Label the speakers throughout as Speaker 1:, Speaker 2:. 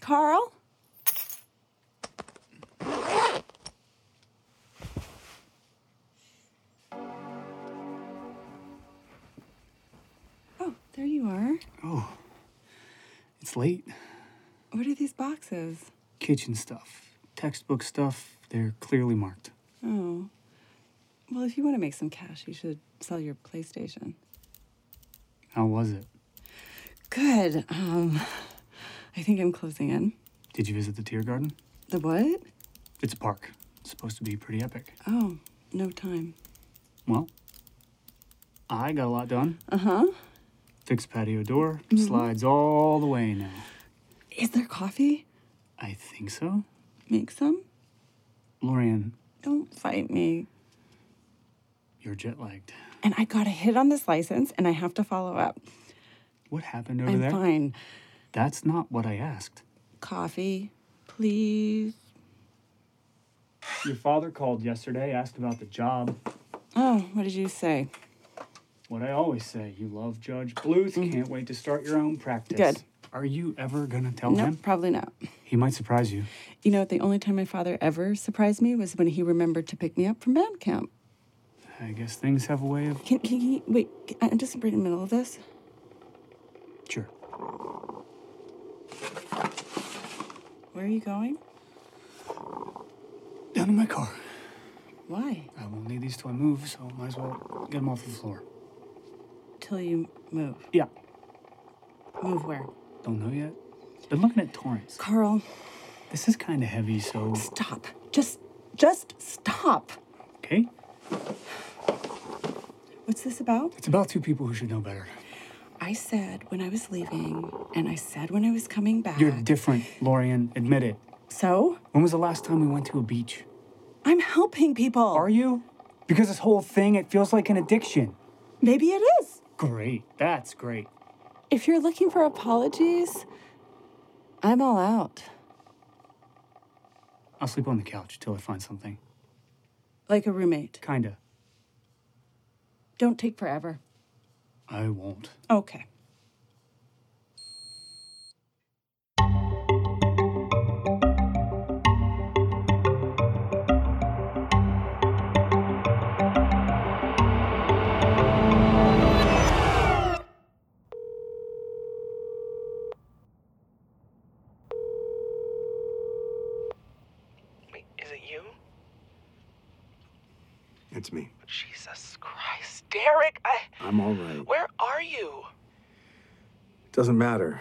Speaker 1: Carl? Oh, there you are.
Speaker 2: Oh, it's late.
Speaker 1: What are these boxes?
Speaker 2: Kitchen stuff, textbook stuff, they're clearly marked.
Speaker 1: Oh. Well, if you want to make some cash, you should sell your PlayStation.
Speaker 2: How was it?
Speaker 1: Good. Um, I think I'm closing in.
Speaker 2: Did you visit the Tear Garden?
Speaker 1: The what?
Speaker 2: It's a park. It's supposed to be pretty epic.
Speaker 1: Oh, no time.
Speaker 2: Well, I got a lot done.
Speaker 1: Uh huh.
Speaker 2: Fixed patio door,
Speaker 1: Mm-hmm.
Speaker 2: slides all the way now.
Speaker 1: Is there coffee?
Speaker 2: I think so.
Speaker 1: Make some?
Speaker 2: Lorian,
Speaker 1: Don't fight me.
Speaker 2: you're jet lagged.
Speaker 1: And I got a hit on this license and I have to follow up.
Speaker 2: What happened over
Speaker 1: I'm
Speaker 2: there?
Speaker 1: fine.
Speaker 2: That's not what I asked.
Speaker 1: Coffee, please.
Speaker 2: Your father called yesterday, asked about the job.
Speaker 1: Oh, what did you say?
Speaker 2: What I always say, you love Judge Bluth, can't wait to start your own practice.
Speaker 1: Mm-hmm. Good.
Speaker 2: Are you ever gonna tell
Speaker 1: No,
Speaker 2: him?
Speaker 1: probably not.
Speaker 2: He might surprise you.
Speaker 1: You know, the only time my father ever surprised me was when he remembered to pick me up from band camp.
Speaker 2: I guess things have a way of.
Speaker 1: Can, can he, wait, I'm just right in the middle of this.
Speaker 2: Sure.
Speaker 1: Where are you going?
Speaker 2: Down in my car.
Speaker 1: Why?
Speaker 2: I won't need these till I move, so might as well get them off the floor.
Speaker 1: Till you move.
Speaker 2: Yeah.
Speaker 1: Move where?
Speaker 2: Don't know yet. Been looking at torrents.
Speaker 1: Carl,
Speaker 2: This is kind of heavy, so.
Speaker 1: stop. Just, just stop.
Speaker 2: Okay.
Speaker 1: What's this about?
Speaker 2: It's about two people who should know better.
Speaker 1: I said when I was leaving, and I said when I was coming back.
Speaker 2: You're different, Lorian. Admit it.
Speaker 1: Uh. so?
Speaker 2: When was the last time we went to a beach?
Speaker 1: I'm helping people.
Speaker 2: Are you? Because this whole thing, it feels like an addiction.
Speaker 1: Maybe it is.
Speaker 2: Great. That's great.
Speaker 1: If you're looking for apologies, I'm all out.
Speaker 2: I'll sleep on the couch till I find something.
Speaker 1: Like a roommate.
Speaker 2: Kinda.
Speaker 1: Don't take forever.
Speaker 2: I won't.
Speaker 1: Okay.
Speaker 3: Wait, is it you?
Speaker 4: It's me.
Speaker 3: Jesus Christ. Derek, I.
Speaker 4: I'm all right.
Speaker 3: Where are you?
Speaker 4: Doesn't matter.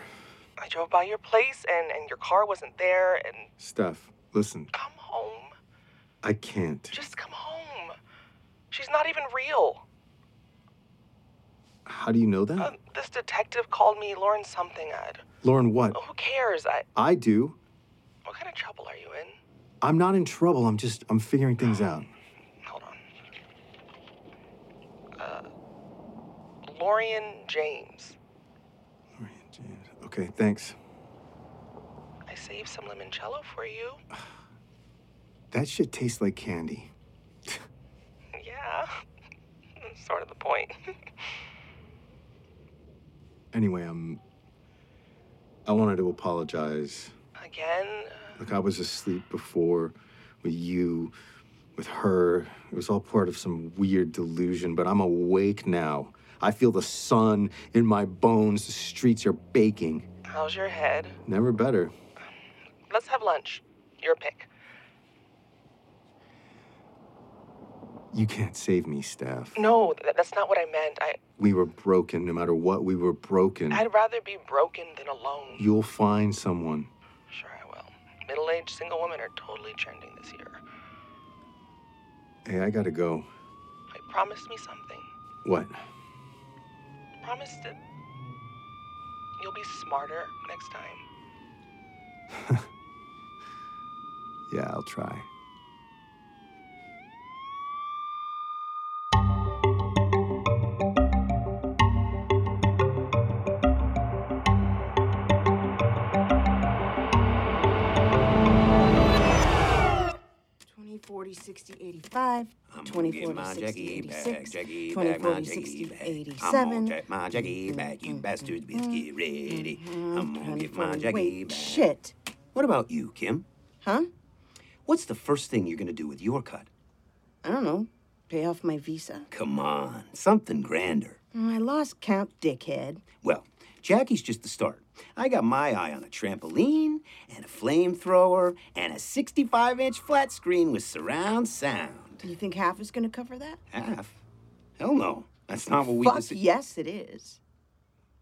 Speaker 3: I drove by your place and, and your car wasn't there, and
Speaker 4: Steph, listen,
Speaker 3: come home.
Speaker 4: I can't.
Speaker 3: Just come home. She's not even real.
Speaker 4: How do you know that?
Speaker 3: Uh, this detective called me Lauren something. I,
Speaker 4: Lauren, what?
Speaker 3: who cares? I,
Speaker 4: I do.
Speaker 3: what kind of trouble are you in?
Speaker 4: I'm not in trouble. I'm just, I'm figuring things out.
Speaker 3: Hold on. Uh, Lorian James.
Speaker 4: Lorian James. Okay, thanks.
Speaker 3: I saved some limoncello for you.
Speaker 4: That shit tastes like candy.
Speaker 3: Yeah. That's sort of the point.
Speaker 4: Anyway, I'm. I wanted to apologize.
Speaker 3: Again,
Speaker 4: Like, I was asleep before with you, with her. It was all part of some weird delusion, but I'm awake now. I feel the sun in my bones. The streets are baking.
Speaker 3: How's your head?
Speaker 4: Never better.
Speaker 3: Let's have lunch. Your pick.
Speaker 4: You can't save me, Steph.
Speaker 3: No, th- that's not what I meant. I,
Speaker 4: We were broken. No matter what, we were broken.
Speaker 3: I'd rather be broken than alone.
Speaker 4: You'll find someone.
Speaker 3: Sure, I will. Middle aged single women are totally trending this year.
Speaker 4: Hey, I gotta go.
Speaker 3: I promised me something.
Speaker 4: What?
Speaker 3: Promise that you'll be smarter next time.
Speaker 4: Yeah, I'll try.
Speaker 5: Twenty, forty, sixty, eighty-five.
Speaker 6: I'm gonna
Speaker 5: 20,
Speaker 6: get
Speaker 5: 40,
Speaker 6: my
Speaker 5: 60,
Speaker 6: Jackie E back,
Speaker 5: 86,
Speaker 6: Jackie
Speaker 5: 20,
Speaker 6: back, my
Speaker 5: 40,
Speaker 6: Jackie
Speaker 5: 60,
Speaker 6: back. I'm
Speaker 5: 87.
Speaker 6: gonna take my E
Speaker 5: Mm-hmm,
Speaker 6: Jackie back, you bastards, bitch, get ready. I'm gonna
Speaker 5: 20,
Speaker 6: get my
Speaker 5: 40.
Speaker 6: Jackie
Speaker 5: mm-hmm.
Speaker 6: E
Speaker 5: Wait,
Speaker 6: back.
Speaker 5: shit.
Speaker 6: What about you, Kim?
Speaker 5: Huh?
Speaker 6: What's the first thing you're gonna do with your cut?
Speaker 5: I don't know. Pay off my visa.
Speaker 6: Come on, something grander.
Speaker 5: Oh, I lost count, dickhead.
Speaker 6: Well, Jackie's just the start. I got my eye on a trampoline and a flamethrower and a 65 inch flat screen with surround sound.
Speaker 5: You think half is gonna cover that?
Speaker 6: Half? Hell no. That's not what we
Speaker 5: Fuck
Speaker 6: deci-
Speaker 5: yes, it is.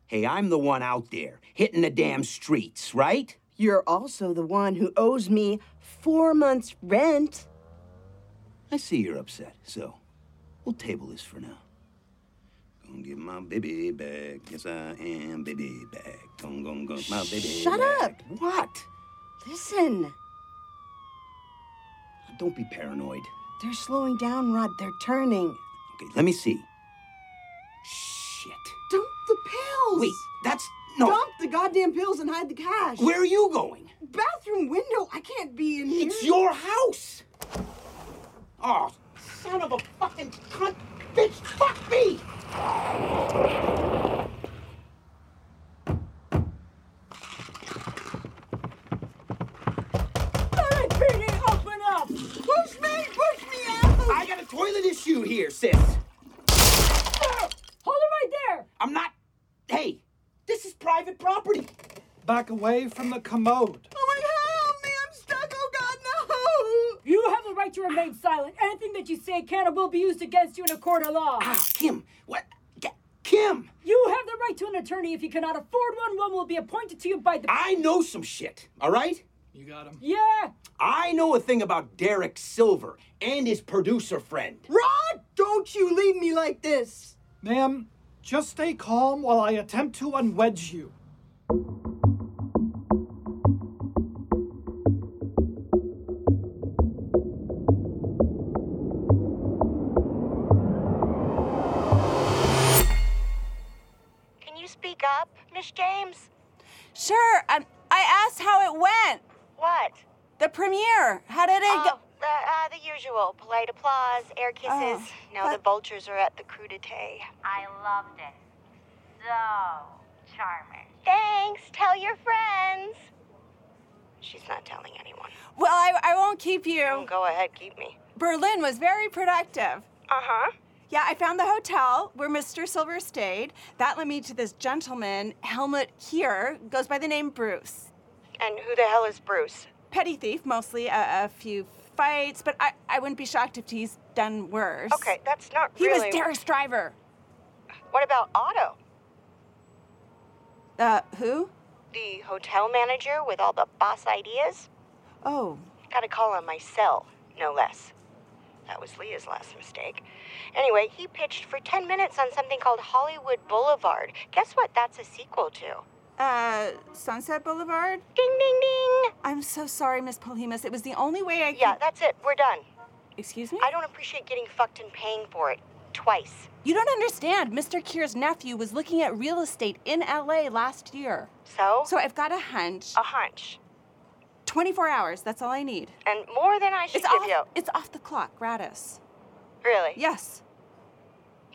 Speaker 6: Hey, I'm the one out there hitting the damn streets, right?
Speaker 5: You're also the one who owes me four months' rent.
Speaker 6: I see you're upset, so we'll table this for now. Gonna get my baby back. Yes, I am baby back. Gonna, gonna, gonna, my baby
Speaker 5: Shut
Speaker 6: back.
Speaker 5: up.
Speaker 6: What?
Speaker 5: Listen,
Speaker 6: Don't be paranoid.
Speaker 5: they're slowing down, Rod. They're turning.
Speaker 6: Okay, let me see. Shit.
Speaker 5: Dump the pills.
Speaker 6: Wait, that's. No.
Speaker 5: Dump the goddamn pills and hide the cash.
Speaker 6: Where are you going?
Speaker 5: Bathroom window. I can't be in here.
Speaker 6: It's your house! Oh, son of a fucking cunt! Bitch, fuck me!
Speaker 5: Alright, PD, open up. Push me. Push me out.
Speaker 6: I got a toilet issue here, sis!
Speaker 5: Hold it right there.
Speaker 6: I'm not. Hey, this is private property!
Speaker 7: Back away from the commode.
Speaker 5: Oh my God, help me. I'm stuck. Oh God, no.
Speaker 8: You have the right to remain silent. Anything that you say can or will be used against you in a court of law.
Speaker 6: Ah, Kim, what? K- Kim!
Speaker 8: You have the right to an attorney. If you cannot afford one, one will be appointed to you by the.
Speaker 6: I know some shit, all right?
Speaker 7: You got him.
Speaker 8: Yeah!
Speaker 6: I know a thing about Derek Silver and his producer friend.
Speaker 5: Rod, don't you leave me like this.
Speaker 7: Ma'am, just stay calm while I attempt to unwedge you.
Speaker 9: Can you speak up, Miss James?
Speaker 1: Sure. Um, I asked how it went.
Speaker 9: What?
Speaker 1: The premiere. How did it
Speaker 9: Oh, uh,
Speaker 1: go?
Speaker 9: uh, the usual. Polite applause, air kisses.
Speaker 1: Oh,
Speaker 9: now the
Speaker 1: but-
Speaker 9: vultures are at the crudité.
Speaker 10: I loved it. So charming.
Speaker 9: Thanks. Tell your friends. She's not telling anyone.
Speaker 1: Well, I, I won't keep
Speaker 9: Oh,
Speaker 1: you.
Speaker 9: Go ahead, keep me.
Speaker 1: Berlin was very productive.
Speaker 9: Uh huh.
Speaker 1: Yeah, I found the hotel where Mr. Silver stayed. That led me to this gentleman, Helmut Kier, goes by the name Bruce.
Speaker 9: And who the hell is Bruce?
Speaker 1: Petty thief, mostly a, a few fights, but I, I wouldn't be shocked if he's done worse.
Speaker 9: Okay, that's not
Speaker 1: He
Speaker 9: really.
Speaker 1: was Derek's driver.
Speaker 9: What about Otto?
Speaker 1: Uh, who?
Speaker 9: The hotel manager with all the boss ideas?
Speaker 1: Oh,
Speaker 9: Gotta call on my cell, no less. That was Leah's last mistake. Anyway, he pitched for 10 minutes on something called Hollywood Boulevard. Guess what that's a sequel to?
Speaker 1: uh, Sunset Boulevard?
Speaker 9: Ding, ding, ding!
Speaker 1: I'm so sorry, Miss Polhemus. It was the only way I could.
Speaker 9: Yeah, that's it. We're done.
Speaker 1: Excuse me?
Speaker 9: I don't appreciate getting fucked and paying for it. Twice.
Speaker 1: You don't understand. Mr. Keir's nephew was looking at real estate in LA last year.
Speaker 9: So?
Speaker 1: So I've got a hunch.
Speaker 9: a hunch.
Speaker 1: 24 hours, that's all I need.
Speaker 9: And more than I should
Speaker 1: It's
Speaker 9: give
Speaker 1: off,
Speaker 9: you.
Speaker 1: it's off the clock, gratis.
Speaker 9: Really?
Speaker 1: Yes.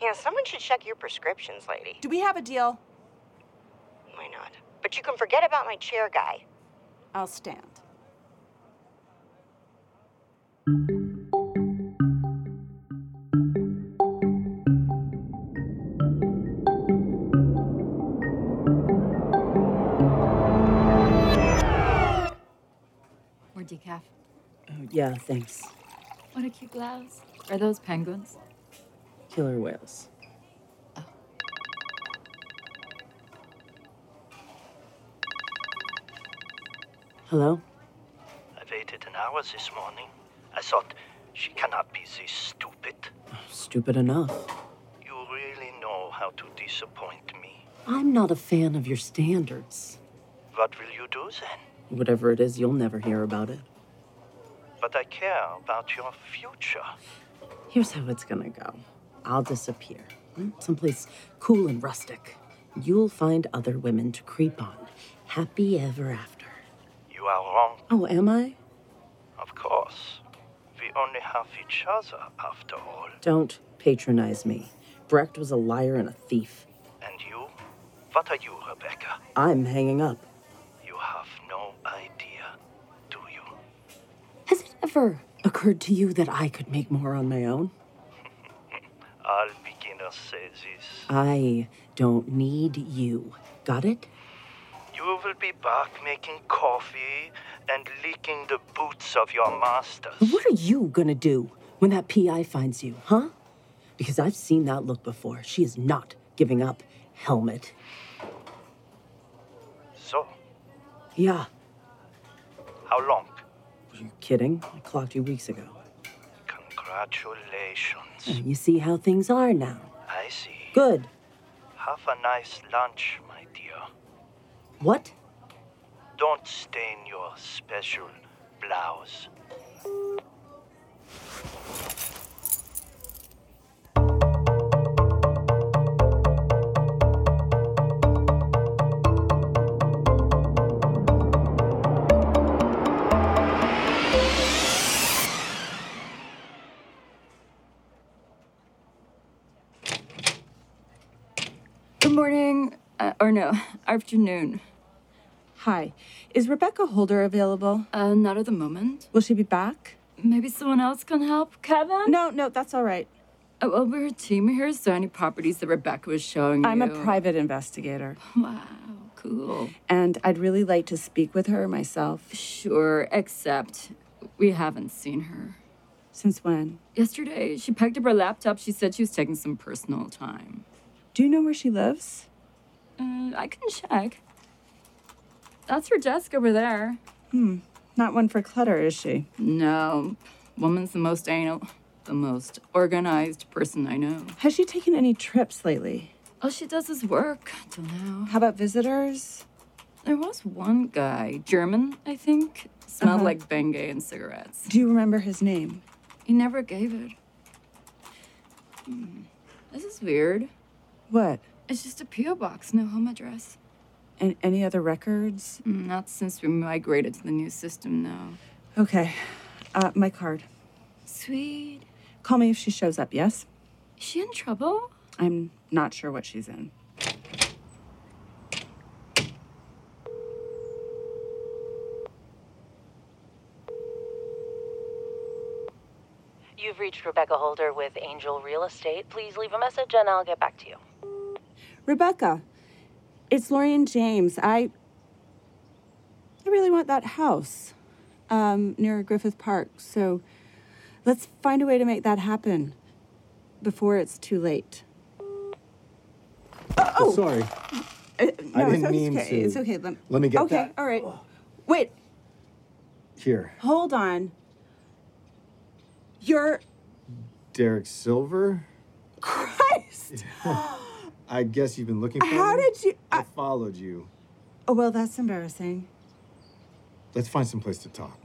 Speaker 9: Yeah, someone should check your prescriptions, lady.
Speaker 1: Do we have a deal?
Speaker 9: Why not? But you can forget about my chair guy.
Speaker 1: I'll stand.
Speaker 11: More decaf.
Speaker 12: Yeah, thanks.
Speaker 11: What a cute blouse. Are those penguins?
Speaker 12: Killer whales. Hello?
Speaker 13: I waited an hour this morning. I thought, she cannot be this stupid.
Speaker 12: Stupid enough.
Speaker 13: You really know how to disappoint me.
Speaker 12: I'm not a fan of your standards.
Speaker 13: What will you do then?
Speaker 12: Whatever it is, you'll never hear about it.
Speaker 13: But I care about your future.
Speaker 12: Here's how it's gonna go I'll disappear. hmm, Someplace cool and rustic. You'll find other women to creep on. Happy ever after.
Speaker 13: You are wrong,
Speaker 12: Oh, am I?
Speaker 13: of course. We only have each other after all.
Speaker 12: Don't patronize me. Brecht was a liar and a thief.
Speaker 13: And you? What are you, Rebecca?
Speaker 12: I'm hanging up.
Speaker 13: You have no idea.
Speaker 12: ever occurred to you that I could make more on my own?
Speaker 13: All beginners say this.
Speaker 12: I don't need you. Got it?
Speaker 13: You will be back making coffee and licking the boots of your master.
Speaker 12: What are you gonna do when that PI finds you, huh? Because I've seen that look before. She is not giving up, helmet.
Speaker 13: So,
Speaker 12: Yeah,
Speaker 13: how long?
Speaker 12: kidding. I clocked you weeks ago.
Speaker 13: Congratulations.
Speaker 12: And you see how things are now.
Speaker 13: I see.
Speaker 12: Good.
Speaker 13: Have a nice lunch, my dear.
Speaker 12: What?
Speaker 13: Don't stain your special blouse.
Speaker 11: Good morning, uh, or no, afternoon.
Speaker 1: Hi. Is Rebecca Holder available?
Speaker 11: Uh, not at the moment.
Speaker 1: Will she be back?
Speaker 11: Maybe someone else can help, Kevin?
Speaker 1: No, no, that's all right.
Speaker 11: Uh, well, we're a team here, so any properties that Rebecca was showing
Speaker 1: I'm a
Speaker 11: you-
Speaker 1: private investigator.
Speaker 11: Wow, cool.
Speaker 1: And I'd really like to speak with her myself.
Speaker 11: Sure, except we haven't seen her.
Speaker 1: Since when?
Speaker 11: Yesterday, she packed up her laptop. She said she was taking some personal time.
Speaker 1: Do you know where she lives?
Speaker 11: Uh, I can check. That's her desk over there.
Speaker 1: Hmm. Not one for clutter, is she?
Speaker 11: No, woman's the most anal, the most organized person I know.
Speaker 1: Has she taken any trips lately?
Speaker 11: All she does is work. Till now.
Speaker 1: How about visitors?
Speaker 11: There was one guy, German, I think. Smelled
Speaker 1: Uh-huh.
Speaker 11: like Bengay and cigarettes.
Speaker 1: Do you remember his name?
Speaker 11: He never gave it. Hmm. This is weird.
Speaker 1: What?
Speaker 11: It's just a P.O. box, no home address.
Speaker 1: And any other records?
Speaker 11: Mm, Not since we migrated to the new system, no.
Speaker 1: Okay. Uh, my card.
Speaker 11: Sweet.
Speaker 1: Call me if she shows up, yes?
Speaker 11: Is she in trouble?
Speaker 1: I'm not sure what she's in.
Speaker 14: You've reached Rebecca Holder with Angel Real Estate. Please leave a message and I'll get back to you.
Speaker 1: Rebecca, it's Lori and James. I I really want that house um, near Griffith Park. So let's find a way to make that happen before it's too late.
Speaker 4: Oh, sorry.
Speaker 1: Uh,
Speaker 4: I
Speaker 1: no,
Speaker 4: didn't
Speaker 1: it's
Speaker 4: mean
Speaker 1: okay.
Speaker 4: to.
Speaker 1: It's okay. Let,
Speaker 4: Let me get
Speaker 1: okay,
Speaker 4: that.
Speaker 1: all right. Wait,
Speaker 4: Here,
Speaker 1: hold on. You're
Speaker 4: Derek Silver.
Speaker 1: Christ.
Speaker 4: I guess you've been looking for
Speaker 1: How
Speaker 4: me.
Speaker 1: did you?
Speaker 4: I followed you.
Speaker 1: Oh well, that's embarrassing.
Speaker 4: Let's find some place to talk.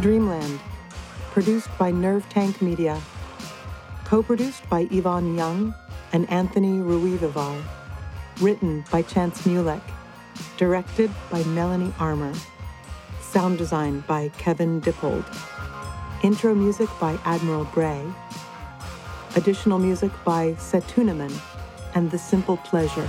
Speaker 15: Dreamland, produced by Nerve Tank Media, co produced by Yvonne Young and Anthony Ruivivar, written by Chance Mulek, directed by Melanie Armour, sound design by Kevin Dippold, intro music by Admiral Gray, additional music by Setunaman and The Simple Pleasure.